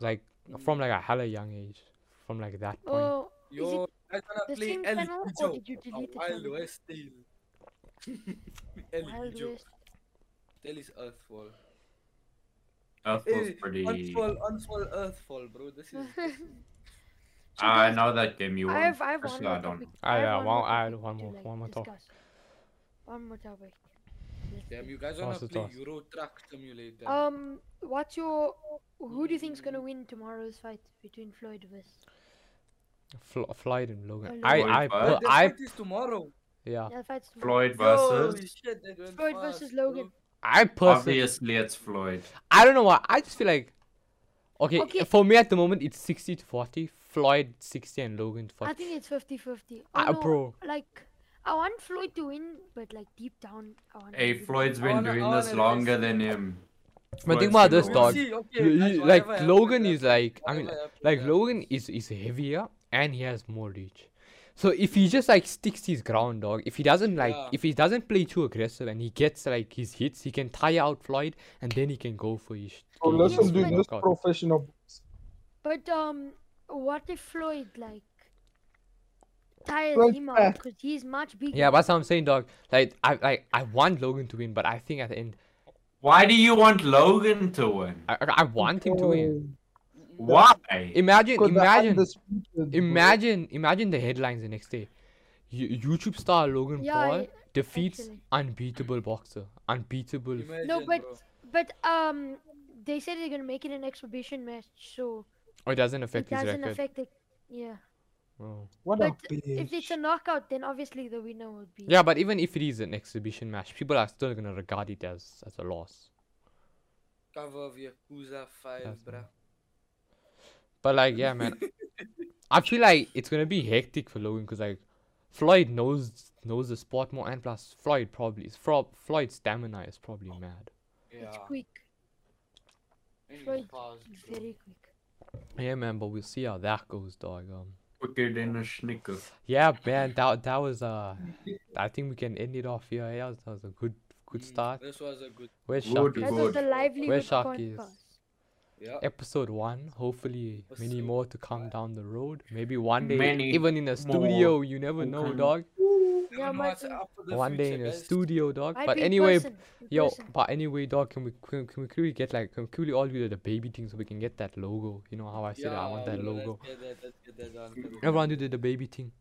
like from like a hella young age, from like that point. Oh, Yo, I the wanna play same El channel, or Joe. did you delete the Wild channel? West style. El Wild Joe. West. Tell his Earthfall. Earth was Hey, pretty. Ah, Earthfall, Earthfall, Earthfall, bro. This is. this is- I know that game you I want. have I have one Actually, more I don't. topic. Ah, have yeah, one- I topic had one to, more- like, one more topic. discuss. One more topic. Let's Damn, see. you guys wanna Toss it, play toss. Euro Truck Simulator? Um, what's your who do you think's gonna win tomorrow's fight between Floyd versus? Fl- Floyd and Logan. Logan. I Floyd I Mayweather. per- the I fight is tomorrow. yeah. Yeah, the fight's tomorrow. Floyd Holy versus. shit, that went Floyd fast, versus bro. Logan. I personally Obviously, it's Floyd. I don't know why. I just feel like okay, Okay. for me at the moment it's 60 to 40, Floyd 60 and Logan 40. I think it's 50-50. Ah, Although, bro. Like, I want Floyd to win, but like deep down, I want. Hey, him to Floyd's I been wanna- doing I this wanna longer race. than him. But think Floyd's about this, been We'll dog. doing see, You- okay, guys, you- whatever like happens, Logan happens, is like I mean whatever happens, like happens. Logan is is heavier and he has more reach. So if he just like sticks his ground, dog. If he doesn't like, Yeah. if he doesn't play too aggressive and he gets like his hits, he can tire out Floyd and then he can go for his. Oh So his let's open do Oh, this knockout. professional. But um, what if Floyd like tires Floyd him Mayweather. out because he's much bigger? Yeah, that's what I'm saying, dog. Like I like I want Logan to win, but I think at the end Why do you want Logan to win? I, I I want him to win. Why? Imagine, Because the imagine, undisputed, bro. imagine, imagine the headlines the next day. You- YouTube star Logan Yeah, Paul I- defeats actually. unbeatable boxer, unbeatable. No, Imagine, but bro. but um, they said they're gonna make it an exhibition match, so Or it doesn't affect it his doesn't record. affect the. Yeah, Oh. What but a if it's bitch. a knockout, then obviously the winner would be. Yeah, but even if it is an exhibition match, people are still gonna regard it as as a loss. cover of Yakuza 5, That's bruh. But like, yeah, man, I feel like it's gonna be hectic for Logan because like Floyd knows knows the sport more, and plus Floyd probably is Fro- Floyd's stamina is probably mad. it's Yeah. quick, and he's Floyd, fast, it's bro. very quick. Yeah, man, but we'll see how that goes, dog. Um, Quicker than a snicker. yeah, man, that that was uh, I think we can end it off here. Yeah, that was, that was a good good Mm, start. This was a good. Where's Good, Shaki? That was Good. the livelihood Shark is? podcast. Yeah. episode one. Hopefully, many Episode more to come down the road. Maybe one day, Many even in a studio, you never know, come. dog. Yeah, Never know what's Martin. up for the One day future, in a guys. studio, dog. Might But be in anyway, person, in yo, person. but anyway, dog. Can we can, can we quickly get like can we quickly all do the baby thing so we can get that logo? You know how I said I want Yeah, that bro, let's logo. get that- let's get that done, bro. Everyone do the, the baby thing.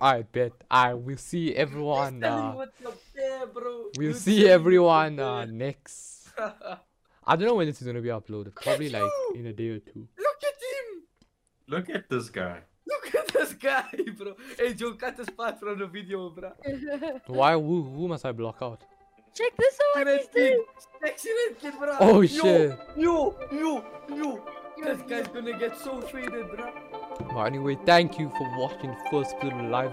I bet I will see everyone. Uh, what's up there, bro. we'll You see tell him everyone uh, what's next. up there. I don't know when this is gonna be uploaded. Probably like you! in a day or two. Look at him. Look at this guy. Look at this guy, bro. Hey, Joe, cut this part from the video, bro. Why? Who? Who must I block out? Check this out. Accident He's kid. doing. Accident kid, bro. Oh You, shit! You, you, you. Yo, This guy's gonna get so faded, bro. Well, anyway, thank you for watching First Film Live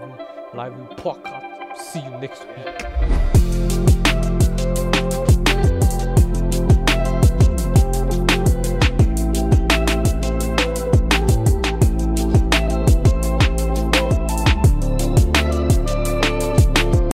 Live Podcast. See you next week.